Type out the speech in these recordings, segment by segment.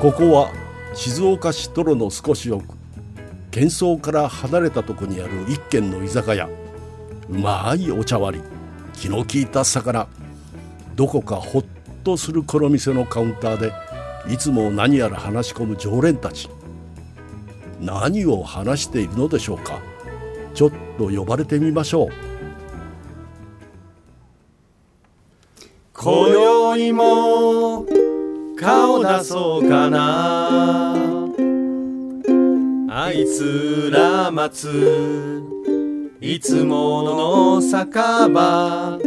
ここは静岡市泥の少し奥喧騒から離れたとこにある一軒の居酒屋うまいお茶割り気の利いた魚どこかほっとするこの店のカウンターでいつも何やら話し込む常連たち何を話しているのでしょうかちょっと呼ばれてみましょう今宵も顔出そうかなあいつら待ついつもの酒場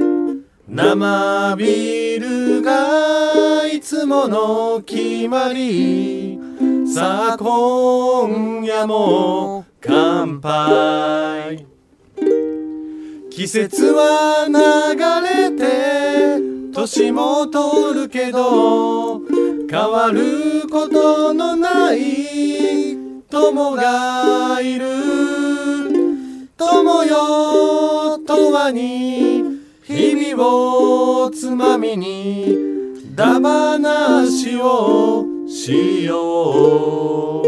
生ビールがいつもの決まりさあ今夜も乾杯季節は流れて年も通るけど変わることのない友がいる友よ永遠に日々をつまみにだ話をしよう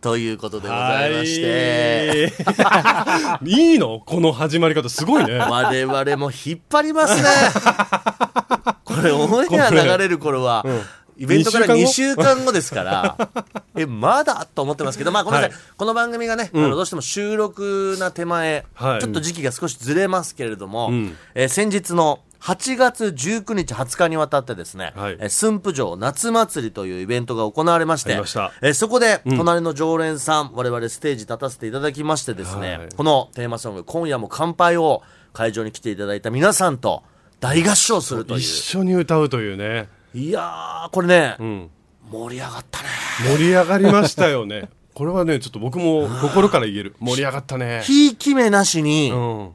ということでございまして、はい。いいのこの始まり方、すごいね。 我々も引っ張ります ね。これ、オンエア流れる頃は、イベントから2週2週間後ですから、 え、まだと思ってますけど、まあ、ごめんなさい。はこの番組がね、あのどうしても収録な手前、はいちょっと時期が少しずれますけれども、んえー先日の8月19日、20日にわたってですね、はいえー駿府城夏祭りというイベントが行われまして、ありましたえーそこで、隣の常連さん、我々ステージ立たせていただきましてですね、はいこのテーマソング、今夜も乾杯を会場に来ていただいた皆さんと大合唱するとい一う。緒に歌うというね。いやー、これね、うん。盛り上がったね。盛り上がりましたよね。これはね、ちょっと僕も心から言える。盛り上がったね。ひいき目なしにう、ん。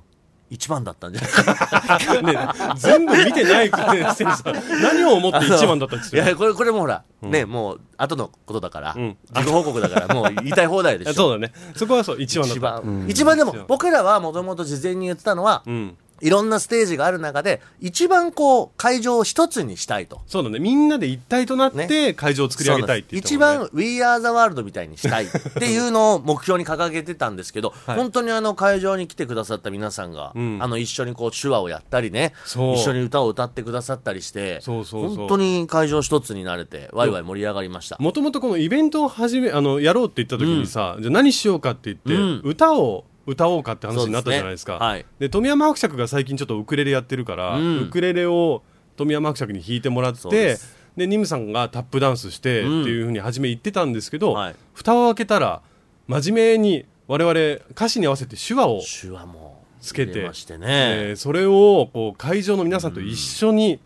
一番だったんじゃないかな。ね、全部見てないくせにさ、何を思って一番だ ったんですいよ。や、これ、これもうほら、ね、もう、後のことだから、ん自己報告だから、もう言いたい放題でしょ。 そうだね。そこはそう、一番だ一った。番、一番でも、僕らはもともと事前に言ってたのは、うん。いろんなステージがある中で、一番こう、会場を一つにしたいと。そうだね。みんなで一体となっねて会場を作り上げたいって言って一たもんね番 We Are the World みたいに したいっていうのを目標に掲げてたんですけど、本当にあの会場に来てくださった皆さんが、んあの一緒にこう手話をやったりねそう一緒に歌を歌ってくださったりしてそうそうそう本当に会場一つになれてワイワイ盛り上がりました。もともとこのイベントを始めあのやろうって言った時にさ、じゃあ何しようかって言って、歌を歌おうかって話になったじゃないですそうかですねはいで富山伯爵が最近ちょっとウクレレやってるから、んウクレレを富山伯爵に弾いてもらっそうでてすでニムさんがタップダンスしてっていうふうに初め言ってたんですけど、はい蓋を開けたら真面目に我々歌詞に合わせて手話を手話もつけて入れましてね、えーそれをこう会場の皆さんと一緒に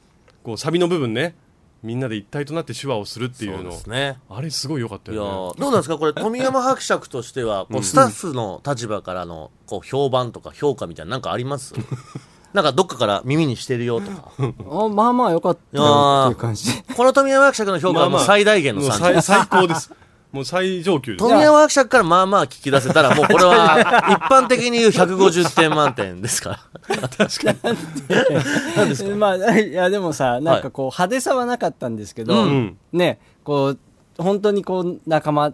こうサビの部分ねみんなで一体となって手話をするっていそううのですね。あれすごい良かったいやよーね。どうなんですかこ れ富山伯爵としてはこうスタッフの立場からのこう評判とか評価みたいななんかあります なんかどっかから耳にしてるよとかあまあまあ良かったよっていう感じ で。この富山伯爵の評価はもう最大限のもう3最最高です。 もう最上級です富。山伯爵からまあまあ聞き出せた ら、もうこれは一般的に言う150点満点ですから。 まあ、いや、でもさ、なんかこう、派手さはなかったんですけど、んね、こう、本当にこう、仲間っ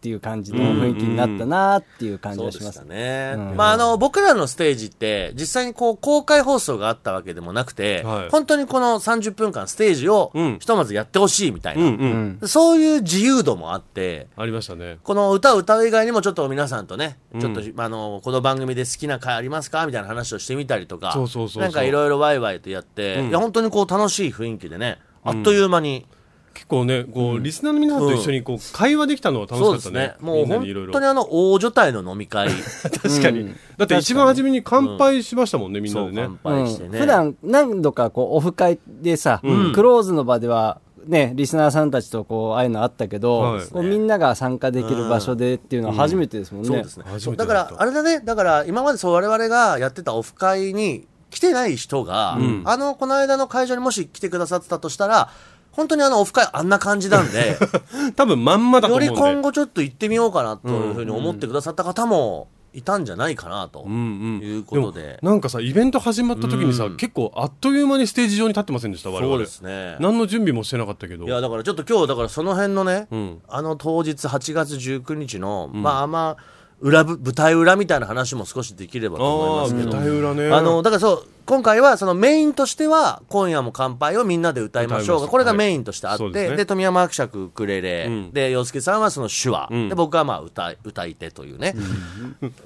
ていう感じの雰囲気になったなっていう感じそうがでしますした。ね。うんまああの、僕らのステージって、実際にこう公開放送があったわけでもなくて、はい本当にこの30分間ステージをうんひとまずやってほしいみたいな、うんう。うんん。そういう自由度もあって、ありましたね。この歌を歌う以外にもちょっと皆さんとね、んちょっとまああのこの番組で好きな回ありますかみたいな話をしてみたりとかそうそうそうそうなんかいろいろワイワイとやって、いや本当にこう楽しい雰囲気でねあっという間に、結構ね、こうリスナーの皆さんと一緒にこう会話できたのは楽しそうかでっすたねね。もうみんな本にいろいろ当にあの大所帯の飲み 会確かに。だって一番初めに乾杯しましたもんね、みんなそでうね乾。う杯んしてね、普段何度かこうオフ会でさ、クローズの場ではねリスナーさんたちとこうああいうのあったけど、はいこうみんなが参加できる場所でっていうのは初めてですもんね。そうですね初めてだだかったらあれだねだから今までそう我々がやってたオフ会に来てない人が、あのこの間の会場にもし来てくださってたとしたら本当にあのオフ会あんな感じなん で多分まんまだとより思う今んで。後ちょっと行ってみようかなというふうに思ってくださった方もいたんじゃないかなとうんいうことで。なんかさイベント始まった時にさ、うん結構あっという間にステージ上に立ってませんでした我々そうですね。何の準備もしてなかったけどいや、だからちょっと今日、だからその辺のね、うんあの当日8月19日の、まあ、あんま、裏ぶ、舞台裏みたいな話も少しできればとああ思います舞けど。台裏ねあの、だからそう、今回はそのメインとしては、今夜も乾杯をみんなで歌いましょう歌いましょが、うこれがメインとしてあって、はいそうですでね富山伯爵ウクレレ、んで、洋介さんはその手話、んで、僕はまあ歌い、歌い手というね、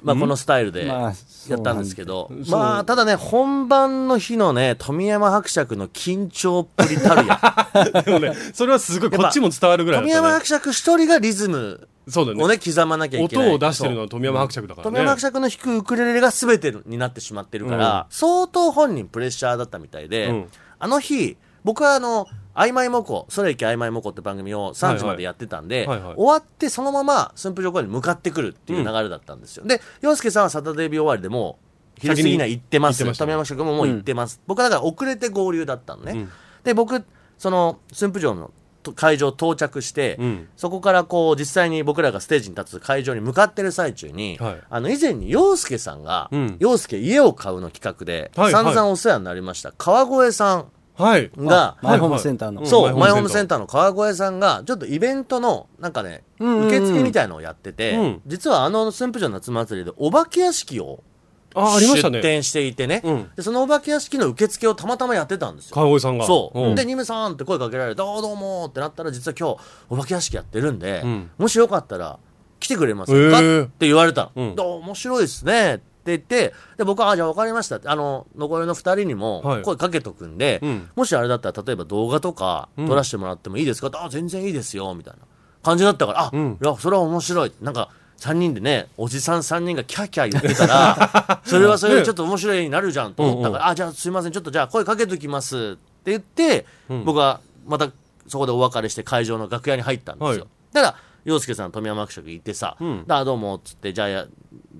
まあこのスタイルでまやあったんですけど、まあただね、本番の日のね、富山伯爵の緊張っぷりた るや。でもねそれはすごいやっこぱっちも伝わるぐらいだ富ったね山伯爵一人がリズムそうだをよねね、刻まなきゃいけない。音を出してるのは富山伯爵だからね富山伯爵の弾くウクレレが全てになってしまってるから、相当本人プレッシャーだったみたいで、うんあの日僕はあの「曖昧モコ」「それいけ曖昧モコ」って番組を3時までやってたんで、はいはいはいはい終わってそのまま駿府城公園に向かってくるっていう流れだったんですよ、で洋介さんはサタデー日終わりでもう昼過ぎには行ってます先に行ってました富ね山伯爵ももう行ってます、僕はだから遅れて合流だったのね、うんで僕その駿府城のと会場到着して、うんそこからこう実際に僕らがステージに立つ会場に向かってる最中に、はいあの以前に洋介さんが、うん洋介家を買うの企画で、はいはい散々お世話になりました川越さはいんが、マイホームセンターのうんそう、マイホームターセンターの川越さんが、ちょっとイベントの、なんかね、んうんうん受付みたいのをやってて、うん実はあの駿府城夏祭りでお化け屋敷をあありました出ね展していてね、うんでそのお化け屋敷の受付をたまたまやってたんですよ。川越さんがそう。んで、ニムさんって声かけられて、ああ、どうもーってなったら、実は今日、お化け屋敷やってるんで、うんもしよかったら来てくれませんか、へーって言われたの。うんで面白いですねって言って、で、僕は、あじゃあ分かりましたって、あの、残りの二人にはもい声かけとくんで、うんもしあれだったら、例えば動画とかん撮らせてもらってもいいですかって、あ全然いいですよ、みたいな感じだったから、あ、んいや、それは面白い。なんか、三人でね、おじさん三人がキャーキャー言ってたら、 それはそれでちょっと面白いになるじゃんと思ったから、あ、じゃあすいません、ちょっとじゃあ声かけときますって言って、僕はまたそこでお別れして会場の楽屋に入ったんですよ。はいだから、洋介さん、富山伯爵行ってさ、んだあどうも、つって、じゃあや、って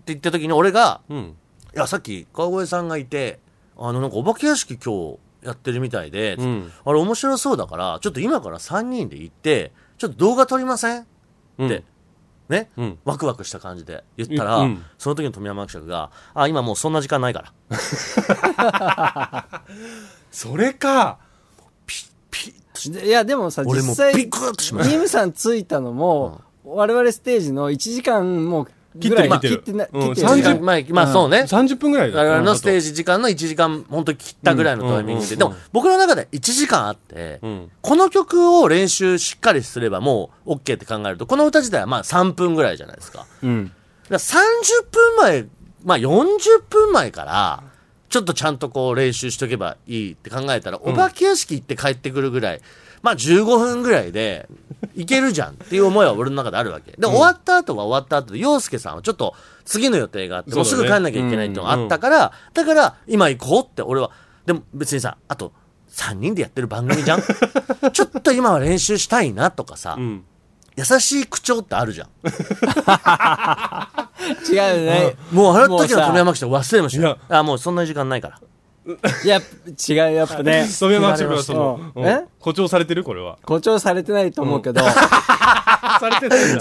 言った時に俺が、うんいや、さっき川越さんがいて、あの、なんかお化け屋敷今日やってるみたいで、んあれ面白そうだから、ちょっと今から3人で行って、ちょっと動画撮りませんうんって、ね、うんワクワクした感じで言ったら、うんうんその時の富山伯爵が、あ、今もうそんな時間ないから。それかいやでもさ俺実も際ビクッと しました。ニムさん着いたのも、我々ステージの1時間もう切っぐてらいる切ってるなうん切って30る時間30前、まあそうね。 30分ぐらいだ我よ々のステージジ時間の1時間、本当切ったぐらいのタイミングで、うんでも僕の中で1時間あって、んこの曲を練習しっかりすればもう OK って考えると、この歌自体はまあ3分ぐらいじゃないですか。うんだから30分前、まあ40分前から、ちょっとちゃんとこう練習しとけばいいって考えたら、お化け屋敷行って帰ってくるぐらい、まあ15分ぐらいで、いけるじゃんっていう思いは俺の中であるわけ。で、終わった後は終わった後で、洋介さんはちょっと次の予定があって、もうすぐ帰んなきゃいけないっていうのがあったから、だから今行こうって俺は、でも別にさ、あと3人でやってる番組じゃ んちょっと今は練習したいなとかさ、ん優しい口調ってあるじゃん。違うよねもうあのもう時のさ富山記者忘れましたよいあ、もうそんな時間ないから。いや違うやっ ぱね染めましたからそのうんうんえ誇張されてるこれは誇張されてないと思うけど、されてないん だ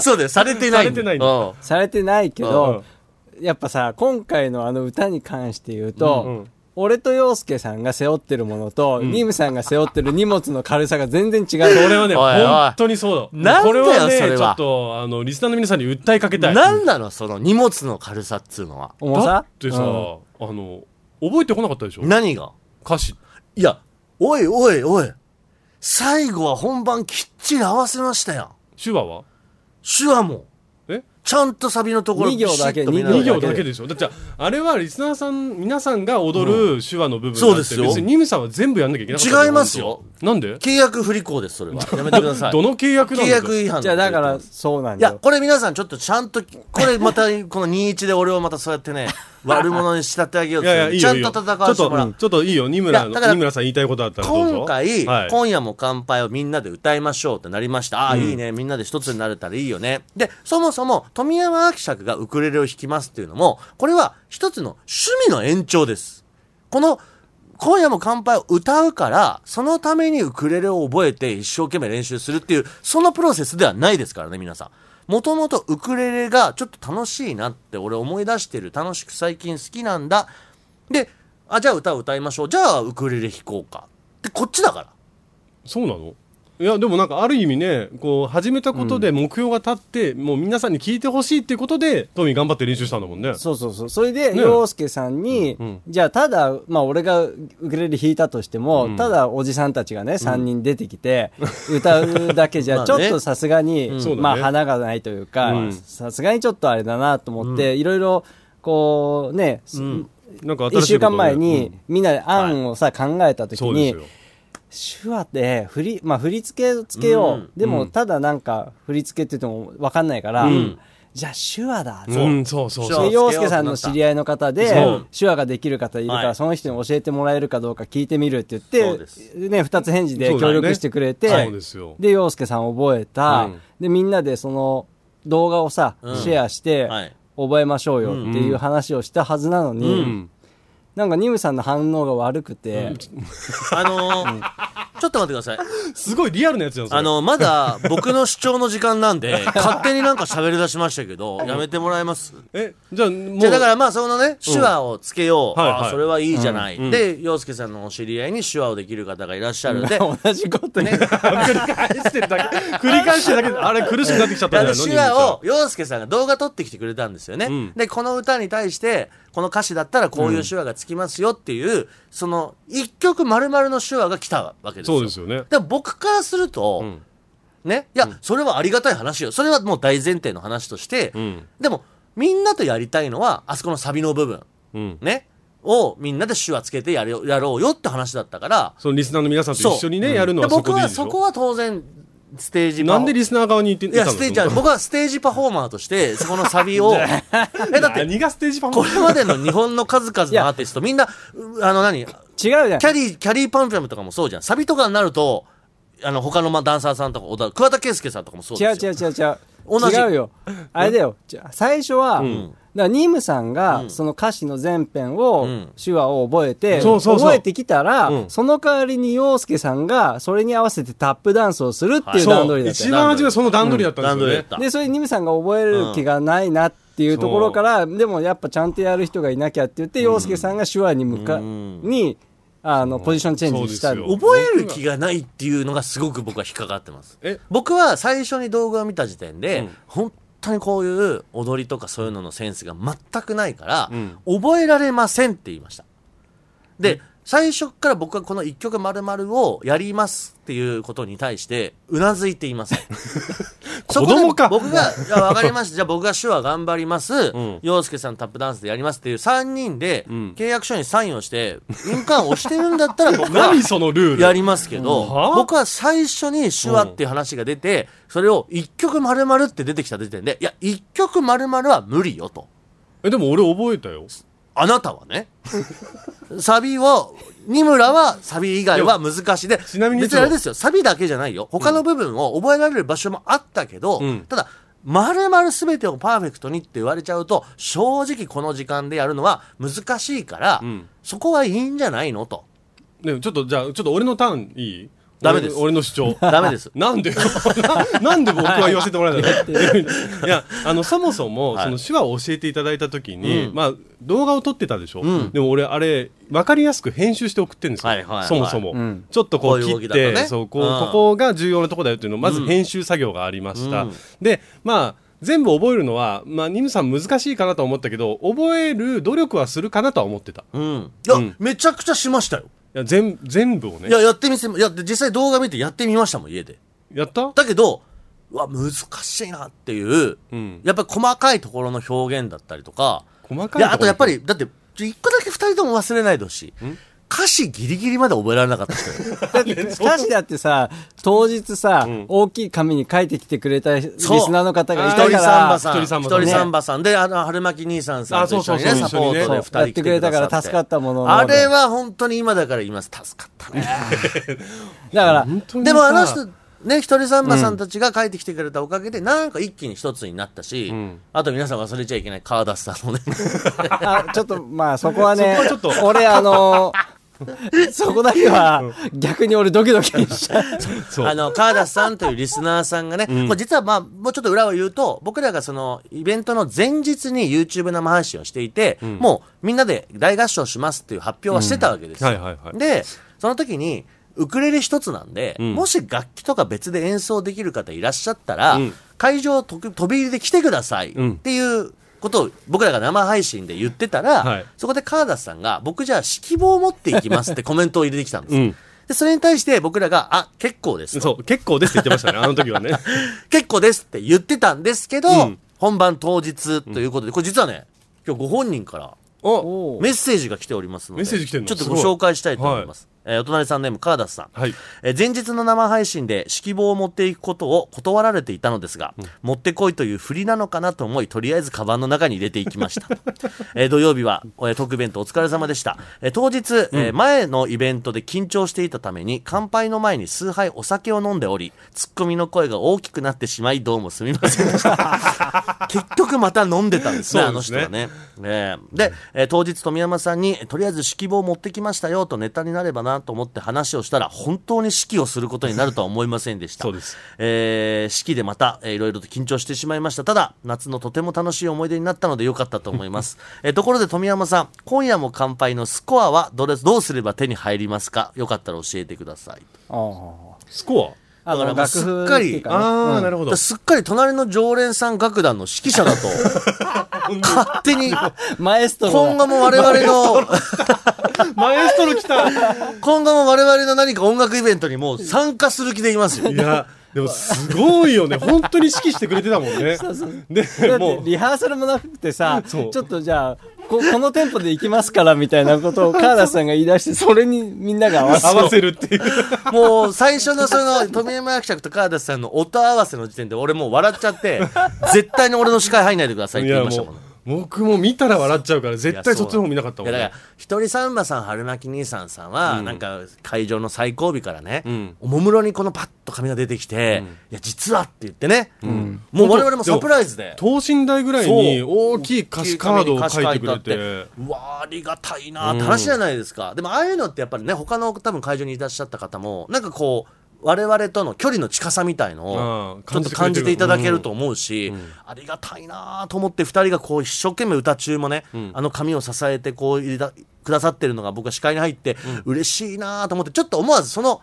そうだよ、されてない。されてないんだうんされてないけど、やっぱさ今回のあの歌に関して言うと、うんうん俺と洋介さんが背負ってるものと、ニムさんが背負ってる荷物の軽さが全然違こう。れはね、おいおい本当にそうなんだだ。よこれはね、それはちょっと、あの、リスナーの皆さんに訴えかけたい。だっなんなの、その荷物の軽さっつうのは。重さてさ、うんあの、覚えてこなかったでしょ何が歌詞。いや、おいおいおい。最後は本番きっちり合わせましたやん。手話は手話も。えちゃんとサビのところ二行だピシけッと見ながら2二行だけでしょだって、あれはリスナーさん、皆さんが踊る手話の部分そうですよだって別にニムさんは全部やんなきゃいけなかったの。違いますよ本当。なんで契約不履行です、それは。やめてください。どの契約な契んだよ約違反じゃあだかいらそうなんだや、よ。これ皆さんちょっとちゃんと、これまた、この21で俺をまたそうやってね、悪者に仕立て上げよういとすやるいや、いいよ。ちゃんいいとよ戦わせてもらうちょっと、。ちょっといいよ。ニムラいやだからニムラさん言いたいことあったらどうぞ。今回、はい今夜も乾杯をみんなで歌いましょうってなりました。ああ、いいね。みんなで一つになれたらいいよね。で、そもそも、富山伯爵がウクレレを弾きますっていうのも、これは一つの趣味の延長です。この、今夜も乾杯を歌うから、そのためにウクレレを覚えて一生懸命練習するっていう、そのプロセスではないですからね、皆さん。もともとウクレレがちょっと楽しいなって俺思い出してる楽しく最近好きなんだであじゃあ歌を歌いましょうじゃあウクレレ弾こうかってこっちだからそうなのいやでもなんかある意味ねこう始めたことで目標が立って、もう皆さんに聞いてほしいっていうことでトミー頑張って練習したんだもんねそうそうそう。それで、ね洋介さんに、うんうんじゃあただ、まあ俺がウクレレ弾いたとしても、ただおじさんたちがね、3人出てき て、歌うだけじまゃ、あちょねっとさすがに、そうだねまあ花がないというか、うんさすがにちょっとあれだなと思って、いろいろ、こうね、なんか新しいことね1週間前に、みんなで案をさ、考えた時そうでにすよ、手話で振り、まあ、振り付けをつけようう、んでもうんただなんか振り付けって言っても分かんないから、うんじゃあ手話だ、そう,、ん、そうそうじゃあそうで洋介さんの知り合いの方そでう手話ができる方いるから、はいその人に教えてもらえるかどうか聞いてみるってそ言うってですね、2つ返事で協力してくれて、そうだよねそうですよで洋介さん覚えた、うんでみんなでその動画をさ、うんシェアして、はい覚えましょうよっていう話をしたはずなのに、うんなんかニムさんの反応が悪くて、あのーちょっと待ってくださいすごいリアルなやつじゃんそれあの、まだ僕の主張の時間なんで、 勝手になんか喋り出しましたけど、やめてもらえますえじゃあもうじゃあだからまあそのね、手話をつけよう。はいはいあそれはいいじゃない。で、洋介さんのお知り合いに手話をできる方がいらっしゃるんで、 同じことね繰り返してるだけ繰り返してるだけであれ苦しくなってきちゃったあんじのゃないの手話を洋介さんが動画撮ってきてくれたんですよね、んでこの歌に対してこの歌詞だったらこういう手話がつきますよっていう、その一曲丸々の手話が来たわけですよそうですよねでも僕からすると、んねいや、それはありがたい話よそれはもう大前提の話として、んでもみんなとやりたいのはあそこのサビの部分うんねをみんなで手話つけてやるよやろうよって話だったからそのリスナーの皆さんと一緒にねやるのはでそこ僕でいいはでしょそこは当然ステージパなフんォでリスナー側に言っていや、ステージ、じゃあ僕はステージパフォーマーとして、そこのサビ を、え、だって、何がステージパフォこーマンれまでの日本の数々のアーティスト、みんな、うあの何、キ違うじゃんャリー、キャリーパンピャムとかもそうじゃん。サビとかになると、あの、他のまダンサーさんとか、小田桑田佳祐さんとかもそうですよ。違う違う違う違う同じ違うよあれだよじゃあ最初は、んだからニムさんうがんその歌詞の全編うをん手話を覚えて、そうそうそう覚えてきたら、うんその代わりに洋介さんがそれに合わせてタップダンスをするっていう段取りだった一よ、番初めはその段取りだったんですよ段ね、取りだっでそれにニムさんが覚える気がないなっていうところから、でもやっぱちゃんとやる人がいなきゃって言って洋介さんが手話に向か、んにあのポジションチェンジしたそうですたよ覚える気がないっていうのがすごく僕は引っかかってます。え僕は最初に動画を見た時点で、本当にこういう踊りとかそういうののセンスが全くないから、ん覚えられませんって言いましたで、最初から僕はこの一曲丸々をやりますっていうことに対してうなずいてい ませんそこで子供か僕が「いやわかりましたじゃあ僕が手話頑張りますん洋、介さんタップダンスでやります」っていう3人でん契約書にサインをして印鑑を押してるんだったら僕は 何そのルールやりますけど、うんは僕は最初に手話っていう話が出て、それを一曲丸々って出てきた時点で、いや、一曲丸々は無理よと。えでも俺覚えたよあなたは ね。サビを、二村はサビ以外は難しいで、ちなみにい別つもにあれですよ、サビだけじゃないよ。他の部分を覚えられる場所もあったけど、うんただ、丸々全てをパーフェクトにって言われちゃうと、正直この時間でやるのは難しいから、んそこはいいんじゃないのと。ねちょっとじゃあちょっと俺のターンいいダメです俺の俺の主張ダメ です。なんでななんで僕は言わせてもらえないのいやあのそもそも、はいその手話を教えていただいた時に、うんまあ動画を撮ってたでしょ、でも俺あれ分かりやすく編集して送ってるんですよ、はいはいはいそもそも、んちょっとこうこういう動き切っだとねてそうこううんここが重要なとこだよっていうのをまず編集作業がありました、でまあ全部覚えるのは、まあ、ニムさん難しいかなとは思ったけど覚える努力はするかなとは思ってたうん。いや、うんめちゃくちゃしましたよ。いや全全部をねいや、やってみせ、いや、で実際動画見てやってみましたもん、家で。やっただけど、うわ、難しいなっていう、うんやっぱり細かいところの表現だったりとか、細かいいところや、あとやっぱり、だって、ちょ一個だけ二人とも忘れないでほしい。歌詞ギリギリまで覚えられなかった人よだって歌詞だってさ、当日さ、大きい紙に書いてきてくれたリスナーの方がいたか一人サンバら、さん。一一人サンバさん人サンバさんで、あの、春巻兄さんさんと一緒にね、あそうそうそうサポー一緒トにねで二人来てくださやってくれたから助かったもののあれは本当に今だから言います。助かったね。だから、でもあの人、ね、ひとりさんまさんたちが帰ってきてくれたおかげで、なんか一気に一つになったし、あと皆さん忘れちゃいけない、カーダスさんのね。あちょっとまあそこはねそこはちょっ、と俺あの、そこだけは逆に俺ドキドキしちゃう。そうあの、川田さんというリスナーさんがね、これ実はまあ、もうちょっと裏を言うと、僕らがその、イベントの前日に YouTube 生配信をしていて、もうみんなで大合唱しますっていう発表はしてたわけですよ。うんはいはいはいで、その時に、ウクレレ一つなんで、もし楽器とか別で演奏できる方いらっしゃったら、会場と飛び入りで来てくださいっていうことを僕らが生配信で言ってたら、はいそこで川田さんが、僕じゃあ指揮棒を持っていきますってコメントを入れてきたんですよ。うんで、それに対して僕らが、あ、結構ですと。そう、結構ですって言ってましたね、あの 時はね。結構ですって言ってたんですけど、うん本番当日ということで、これ実はね、今日ご本人からおメッセージが来ておりますので、メッセージ来てんのちょっとすごごい紹介したいと思います。えーお隣さんネーム、川田さん。はい。えー前日の生配信で指揮棒を持っていくことを断られていたのですが、持ってこいというふりなのかなと思いとりあえずカバンの中に入れていきました えー土曜日は、えー特弁とお疲れ様でした、えー当日、えー前のイベントで緊張していたために乾杯の前に数杯お酒を飲んでおりツッコミの声が大きくなってしまいどうもすみませんでした 結局また飲んでたんですねあそうのです人ねはねね。えーで、えー当日富山さんに、とりあえず指揮棒を持ってきましたよとネタになればなと思って話をしたら、本当に指揮をすることになるとは思いませんでした。そうですえー式でまた、えーいろいろと緊張してしまいました。ただ、夏のとても楽しい思い出になったので良かったと思い ます。えーところで富山さん、今夜も乾杯のスコアはどれどうすれば手に入りますかよかったら教えてください。あスコああだからものう楽すっ譜かっりていうアかねああ、なるだほかどら。すっかり隣の常連さん楽団の指揮者だと、 勝手に、マエストロ今後がも我々の、マエストロ来たい今後も我々の何か音楽イベントにもう参加する気でいますよ。や、でもすごいよね。 本当に指揮してくれてたもんね。だで、っもてう、リハーサルもなくてさ、ちょそうっとじゃあ、ここのテンポで行きますからみたいなことをカーラさんが言い出して、それにみんなが合わせ合わせるっていう。もう最初のその富山役者と川田さんの音合わせの時点で俺もう笑っちゃって、絶対に俺の視界入んないでくださいっいて言いや、ましたももんね。う、僕も見たら笑っちゃうから、絶対そっちの方見なかったいもやんだかねら。、ひとりさんまさん、春巻き兄さんさんは、なんか会場の最後尾からね、おもむろにこのパッと髪が出てきて、いや、実はって言ってね、もう我々もサプライズで。等身大ぐらいに大きい歌詞カードを書いてくれて。うわあありがたいなって話じゃないですか、でもああいうのってやっぱりね他の多分会場にいらっしゃった方もなんかこう我々との距離の近さみたいのうをんちょっと感感じじてていいたただだけけるると思うし、ありがたいなと思って2人がこう一生懸命歌中もね、あの髪を支えてこう入れたくださってるのが僕は視界に入って嬉しいなと思ってちょっと思わずその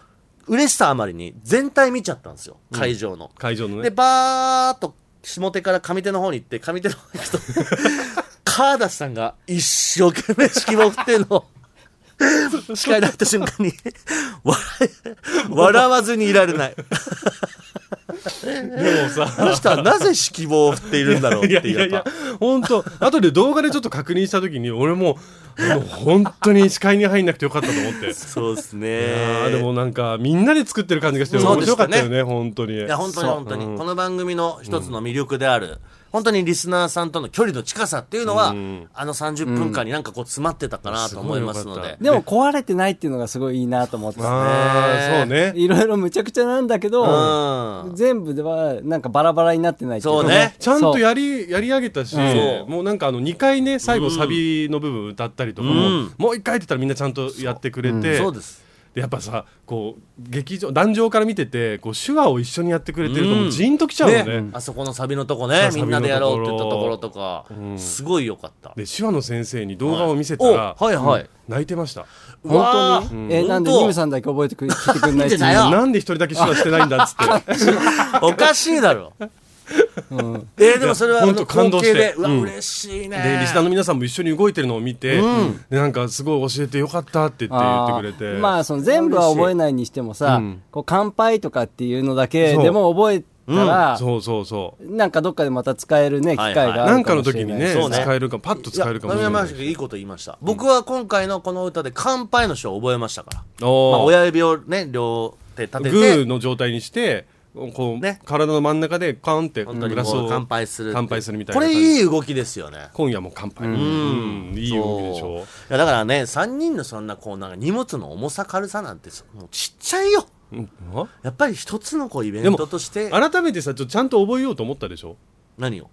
嬉しさあまりに全体見ちゃったんですよ会場の。会場ので、ね。バーっと下手から上手の方に行って、上手の方に行 くと、カーダスさんが一生懸命指揮棒振ってんのを。視界に入った瞬間に笑い笑わずにいられないでもさ、あの人はなぜ指揮棒を振っているんだろうっいやていいうややっいぱや、本当後で動画でちょっと確認したときに、俺もう、あの本当に視界に入んなくてよかったと思 って。そうですあーでねもなんか、みんなで作ってる感じがして、そう面で白しかたっねたよね、本当に。いや本当に本当に、この番組の一つの魅力である、本当にリスナーさんとの距離の近さっていうのは、あの30分間になんかこう詰まってたかなと思いますので、すごいよかったでも壊れてないっていうのがすごいいいなと思ってさああ、そうね。 いろいろむちゃくちゃなんだけど、うん全部ではなんかバラバラになってないっていかそうねちゃんとやり、やり上げたし、んもうなんかあの、2回ね、最後サビの部分歌ったりとかも、うんもう1回って言ったらみんなちゃんとやってくれて、そうですでやっぱさ、こう、劇場、壇上から見てて、こう、手話を一緒にやってくれてると、もうジーンときちゃうのね。ねあそこのサビのとこねそうみんなでやろうってサ言ビったのとところころとか、すごい良かったで、手話の先生に動画を見せたおら、はいはい、泣いてました。うわー本当にえ、なんで本当ニムさんだけ覚えてくれ、聞いてくれないって 見ていうたよなんで一人だけ手話してないんだっつ って。おかしいだろ、えーでもそれはほんと感動し光景でてうわ、うん嬉しいねでリスナーの皆さんも一緒に動いてるのを見て、でなんかすごい教えてよかったって言って言ってくれあてーまあその全部は覚えないにしてもさ、こう乾杯とかっていうのだけでも覚えたら、そうそうそうなんかどっかでまた使えるね機はいはい会があなるんかかものしれ時なにい、ねそうね使えるかパッと使えるかもしいやれな神山い氏がいいこと言いました、僕は今回のこの歌で「乾杯の書」を覚えましたから、まおーあ、親指をね両手立てグーての状態にしてこう、ね体の真ん中でカンって本当にグラスこをう乾杯する乾杯するみたいこなれ感じいい動きですよね今夜も乾杯うんいい動きでしょそういやだからね3人のそんなこうなんか荷物の重さ軽さなんてそもうちっちゃいようんやっぱり一つのこうイベでンもトとして改めてさちょっとちゃんと覚えようと思ったでしょ何を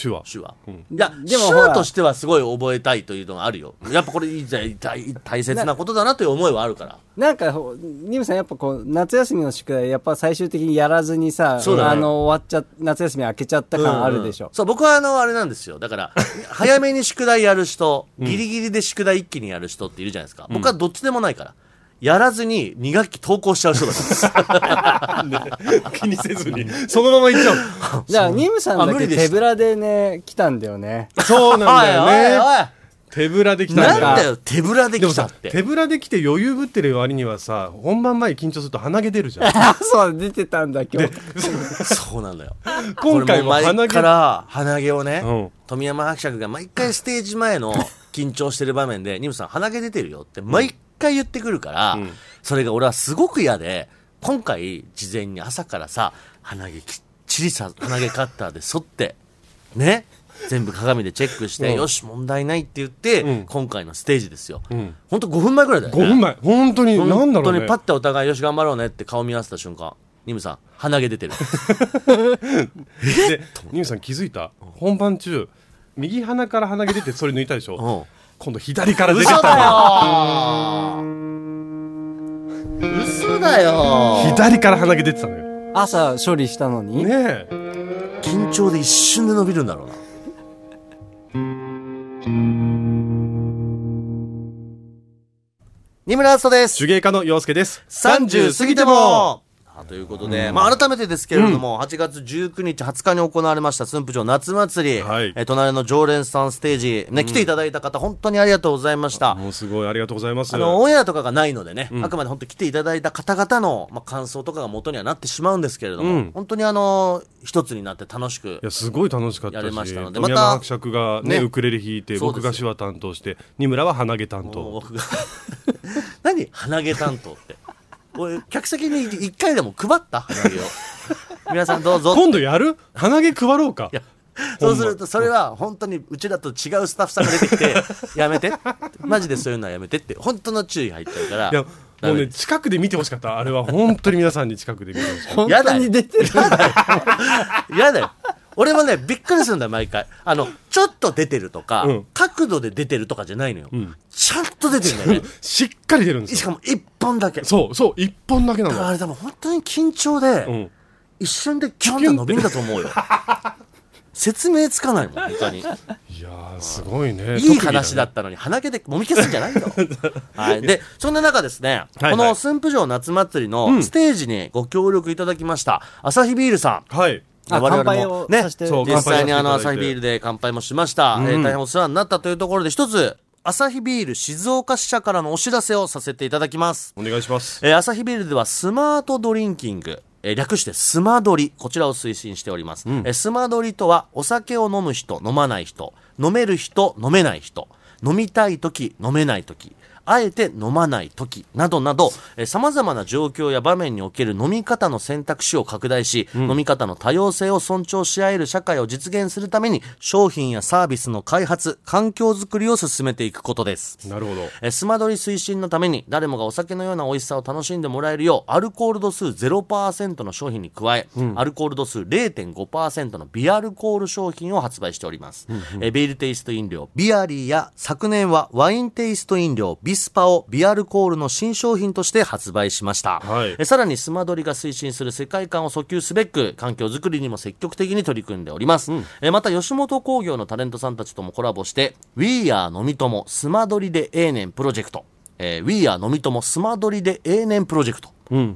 手話。手話、いやで手もほら話としてはすごい覚えたいというのがあるよやっぱこれいい大大大切なことだなという思いはあるからなんかほニムさんやっぱこう夏休みの宿題やっぱ最終的にやらずにさ、そうだねあの終わっちゃ夏休み明けちゃった感あるでしょ、そう僕はあのあれなんですよだから早めに宿題やる人ギリギリで宿題一気にやる人っているじゃないですか、僕はどっちでもないからやらずに2学期投稿しちゃう人だから気にせずに、そのまま行っちゃう。 じゃあニムさんあだ無け理でした手ぶらでね来たんだよねそうなんだおいよね。おいおい手ぶらできたなんだよ。んだよ手ぶらででも来たさって手ぶらで来て余裕ぶってる割にはさ本番前緊張すると鼻毛出るじゃ んあそう出てたんだ今日そうなんだよ 今回もこれう鼻前毛から鼻毛をね、うん富山伯爵が毎回ステージ前 の緊張してる場面で「ニムさん鼻毛出てるよ」って毎回言ってくるから、それが俺はすごく嫌で今回事前に朝からさ鼻毛きっちりさ鼻毛カッターで剃ってね全部鏡でチェックして、うんよし問題ないって言って、うん今回のステージですよ、んほんと5分前ぐらいだよ5ね分前本当に何だろ本う当ねにパッてお互いよし頑張ろうねって顔見合わせた瞬間ニムさん鼻毛出 てるでニムさん気づいた本番中右鼻から鼻毛出てそれ抜いたでしうょん今度左から出て嘘ただのよ嘘だよ左から鼻毛出てたのよ朝処理したのに、ねえ緊張で一瞬で伸びるんだろうな二村敦人です手芸家の洋介です30過ぎてもあということで、まあ、改めてですけれども、8月19日、20日に行われました、駿府城夏祭り、はいえー隣の常連さんステージ、ね、来ていただいた方、本当にありがとうございました。もうすごいありがとうございますあの、オンエアとかがないのでね、あくまで本当来ていただいた方々の、まあ、感想とかが元にはなってしまうんですけれども、うん本当にあの、一つになって楽しくいや、すごい楽しかったやしれましたのでま富た山伯爵がねねウクレレ弾いてそうで僕すよが手話担当して二村は鼻毛担もう当僕が 何鼻毛担当 って。俺、客席に一回でも配った鼻毛を。 皆さんどうぞ。今度やる鼻毛配ろうかいやそうすると、それは本当にうちらと違うスタッフさんが出てきて、 やめて。マジでそういうのはやめてって、本当の注意が入ってるから。いやダもうメねです近くで見てほしかったあれは本当に皆さんに近くで見て ほしかった本やだ当よに出てる嫌だよ。俺もね、びっくりするんだよ、毎回。あの、ちょっと出てるとか、うん角度で出てるとかじゃないのよ。ちゃんと出てるんだよね。しっかり出るんですしよ。かも一本だけ。だそうそう、一本だけなからあの。れでも本当に緊張で、うん。一瞬でキュンと伸びんだと思うよ。説明つかないもん、本当に。いやー、すごいね。いい話だ特ったのに、鼻毛で揉み消すんじゃないよ。はい。で、そんな中ですね、いはいこの駿府城夏祭りのステージにご協力いただきました、アサヒビールさん。技だね。はい。あ我々も乾杯をねさせて、そう実際にあの乾杯させアサていただいてヒビールで乾杯もしました、えー大変お世話になったというところで一つアサヒビール静岡支社からのお知らせをさせていただきます、お願いします。えーアサヒビールではスマートドリンキングえー略してスマドリこちらを推進しております、えースマドリとはお酒を飲む人飲まない人飲める人飲めない人飲みたい時飲めない時あえて飲まない時などなど、さまざまな状況や場面における飲み方の選択肢を拡大し、飲み方の多様性を尊重し合える社会を実現するために、商品やサービスの開発、環境づくりを進めていくことです。なるほど。えースマドリ推進のために誰もがお酒のような美味しさを楽しんでもらえるようアルコール度数0%の商品に加え、アルコール度数0.5%のビアルコール商品を発売しております、えービールテイスト飲料ビアリーや昨年はワインテイスト飲料ビスパをビアルコールの新商品として発売しました、はいえさらにスマドリが推進する世界観を訴求すべく環境づくりにも積極的に取り組んでおります、えまた吉本興業のタレントさんたちともコラボして「We are 飲みともスマドリでええねんプロジェクト」えー、We are 飲みともスマドリでええねんプロジェクト」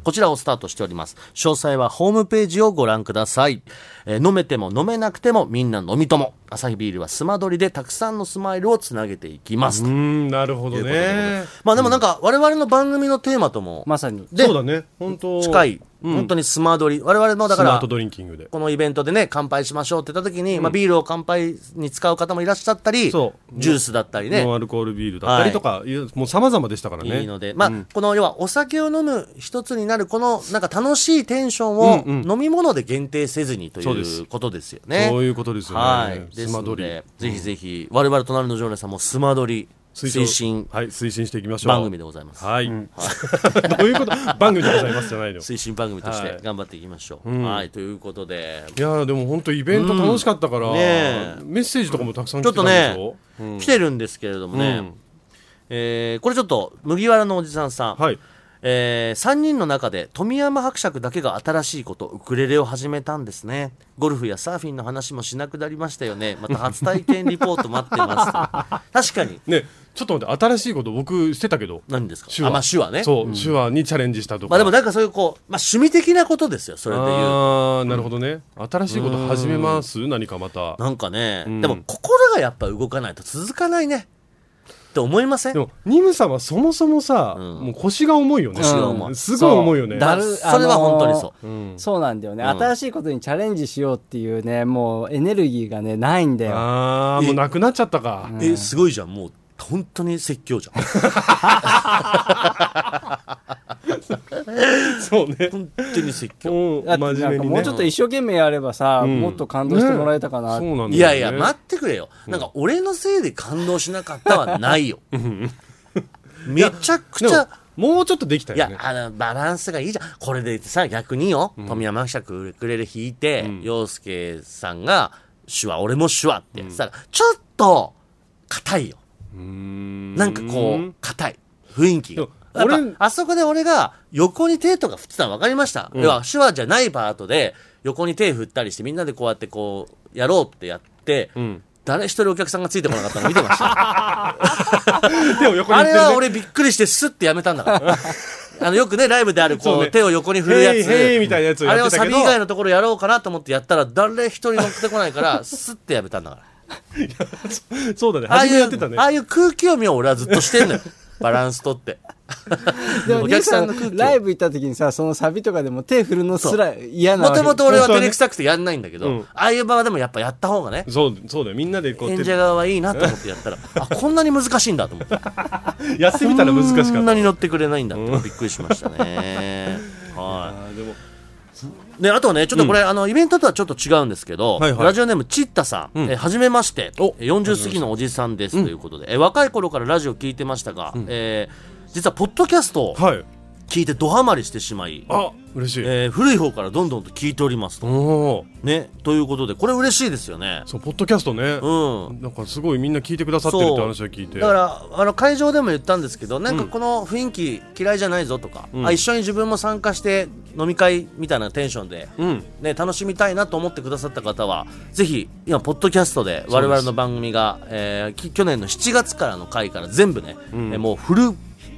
こちらをスタートしております詳細はホームページをご覧ください、えー飲めても飲めなくてもみんな飲みともアサヒビールはスマドリでたくさんのスマイルをつなげていきます、うーん、なるほどね。まあでもなんか我々の番組のテーマともまさにでそうだね。本当近い、本当にスマードリ、我々のだスかマーらト、ドリンキングで。このイベントでね、乾杯しましょうって言った時に、まあビールを乾杯に使う方もいらっしゃったり、ジュそうースだったりねノン。アルコールビールだったりとか、いうもう様々でしたからね。いいので、まあ、この要はお酒を飲む一つになるこのなんか楽しいテンションを飲み物で限定せずにとそうですいうことですよね。そういうことですよねはい。でスすマのドリで、ぜひぜひ、我々隣の常連さんもスマドリ奨推進はい、推進していきましょう。番組でございます。はい。 どういうこと番組でございますじゃないのよ。推進番組としはてい頑張っていきましょう。んはい、ということで、いやーでも本当イベント楽しかったから、うんねえメッセージとかもたくさんちょ来ってとたんでしねょ、来てるんですけれどもね、うんえーこれちょっと麦わらのおじさんさん、はいえ3人の中で富山伯爵だけが新しいことウクレレを始めたんですねゴルフやサーフィンの話もしなくなりましたよねまた初体験リポート待って ますと確かにねちょっと待って新しいこと僕してたけど何ですか手あ話まあ手話ねそう、手話にチャレンジしたとかまあでもなんかそういうこう、まあ、趣味的なことですよそれでいうああなるほどね新しいこと始めます何かまたなんかね、んでも心がやっぱ動かないと続かないねって思いませんでもニムさんはそもそもさ、んもう腰が重いよね腰が重いうんすごい重いよねだそれは本当にそうう、そうなんだよね、新しいことにチャレンジしようっていうねもうエネルギーがねないんだよああもうなくなっちゃったか、えすごいじゃんもう本当に説教じゃんそうね、本当に説う教ん、だっ真面目てなんにかねもうちょっと一生懸命やればさ、うんもっと感動してもらえたかな、ねそうなんだよねいやいや待ってくれよ、なんか俺のせいで感動しなかったはないよめちゃくちでもゃもうちょっとできたいよやね、あの、バランスがいいじゃん。これでさ、逆によ、富山伯爵ウクレレ弾いて、洋介さんが、手話、俺も手話ってやってたら、ちょっと、硬いよ。なんかこう、硬い。雰囲気がでも。やっぱ俺あそこで俺が横に手とか振ってたの分かりました、要は手話じゃないパートで横に手振ったりしてみんなでこうやってこうやろうってやって、ん誰一人お客さんがついてこなかったの見てました手を横にあれ言ってるねは俺びっくりしてスッてやめたんだ から。あのよくね、ライブであるこそううね手を横に振るやへいつ。へいみたいなやつをやあっれてをたサけビど以外のところやろうかなと思ってやったら、誰一人乗ってこない から、スッてやめたんだから。そうだねああ初いめう、やってたねああいう空気読みを俺はずっとしてんの よ。バランスとって。でも お客さんのリュウ空気をライブ行った時にさそのサビとかでも手振るのすら嫌なもわけともと俺は本当は照ねれくさくてやんないんだけど、うんああいう場はでもやっぱやった方がね、そうそうだよみんなでこう演手者側はいいなと思ってや ったら、あ、こんなに難しいんだと思って。やってみたら難しかったこんなに乗ってくれないんだってびっくりしましたね。はい。あーでもで、あとね、ちょっとこれ、あの、イベントとはちょっと違うんですけど、はいはいラジオネーム、チッタさん、えーはじめまして、えー40過ぎのおじさんです、ということで、えー若い頃からラジオ聞いてましたが、えー実は、ポッドキャストをはい聞いてドハマりしてしまい、あ嬉しい、えー古い方からどんどんと聞いておりますと。おーね、ということで、これ嬉しいですよね。そうポッドキャストね、うん。なんかすごいみんな聞いてくださってるって話を聞いてだからあの会場でも言ったんですけどなんかこの雰囲気嫌いじゃないぞとか、あ一緒に自分も参加して飲み会みたいなテンションでうんね、楽しみたいなと思ってくださった方はぜひ今ポッドキャストで我々の番組が、えーき去年の7月からの回から全部ね、えーもうフル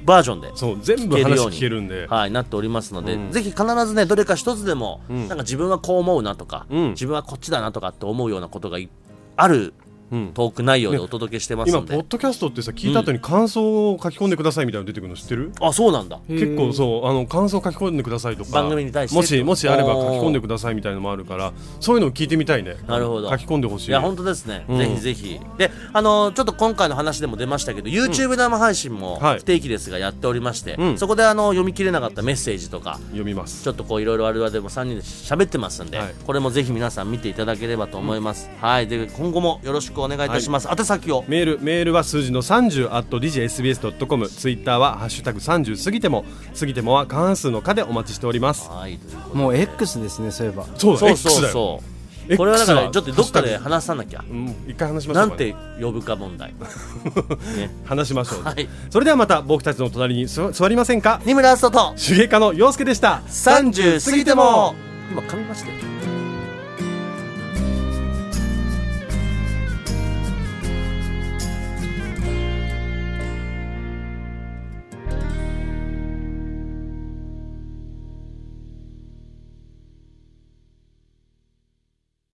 バージョンでそう全部話聞けるんではい、なっておりますので、ぜひ必ずねどれか一つでも、なんか自分はこう思うなとか、ん自分はこっちだなとかって思うようなことがいあるうんトーク内容でお届けしてます今のポで、ッドキャストってさ聞いた後に感想を書き込んでくださいみたいなの出てくるの知ってるあそうなんだ結構そうあの感想書き込んでくださいとか番組に対してもしもしあれば書おーき込んでくださいみたいなのもあるからそういうのを聞いてみたいねなるほど書き込んでほしいいや本当ですね、んぜひぜひであのちょっと今回の話でも出ましたけど YouTube 生配信もはい不定期ですがやっておりまして、んそこであの読み切れなかったメッセージとか読みますちょっとこういろいろ我々でも3人で喋ってますんで、はいこれもぜひ皆さん見ていただければと思います、はいで今後もよろしくお願いいたします、宛先をメールメールは数字の30 at digsbs.com ツイッターは「ハッシュタグ #30 過ぎても過ぎても」は過半数の「か」でお待ちしておりますはいということでもう X ですねそういえばそうだそう X そうだよそうこれはだからちょっとどっかでハッシュ話さなきゃタグうん一回話しましょなうんかねて呼ぶか問 題ね話しましょうはいそれではまた僕たちの隣に座座りませんか二村明日と手芸家の洋介でした30過ぎても今噛みましたよ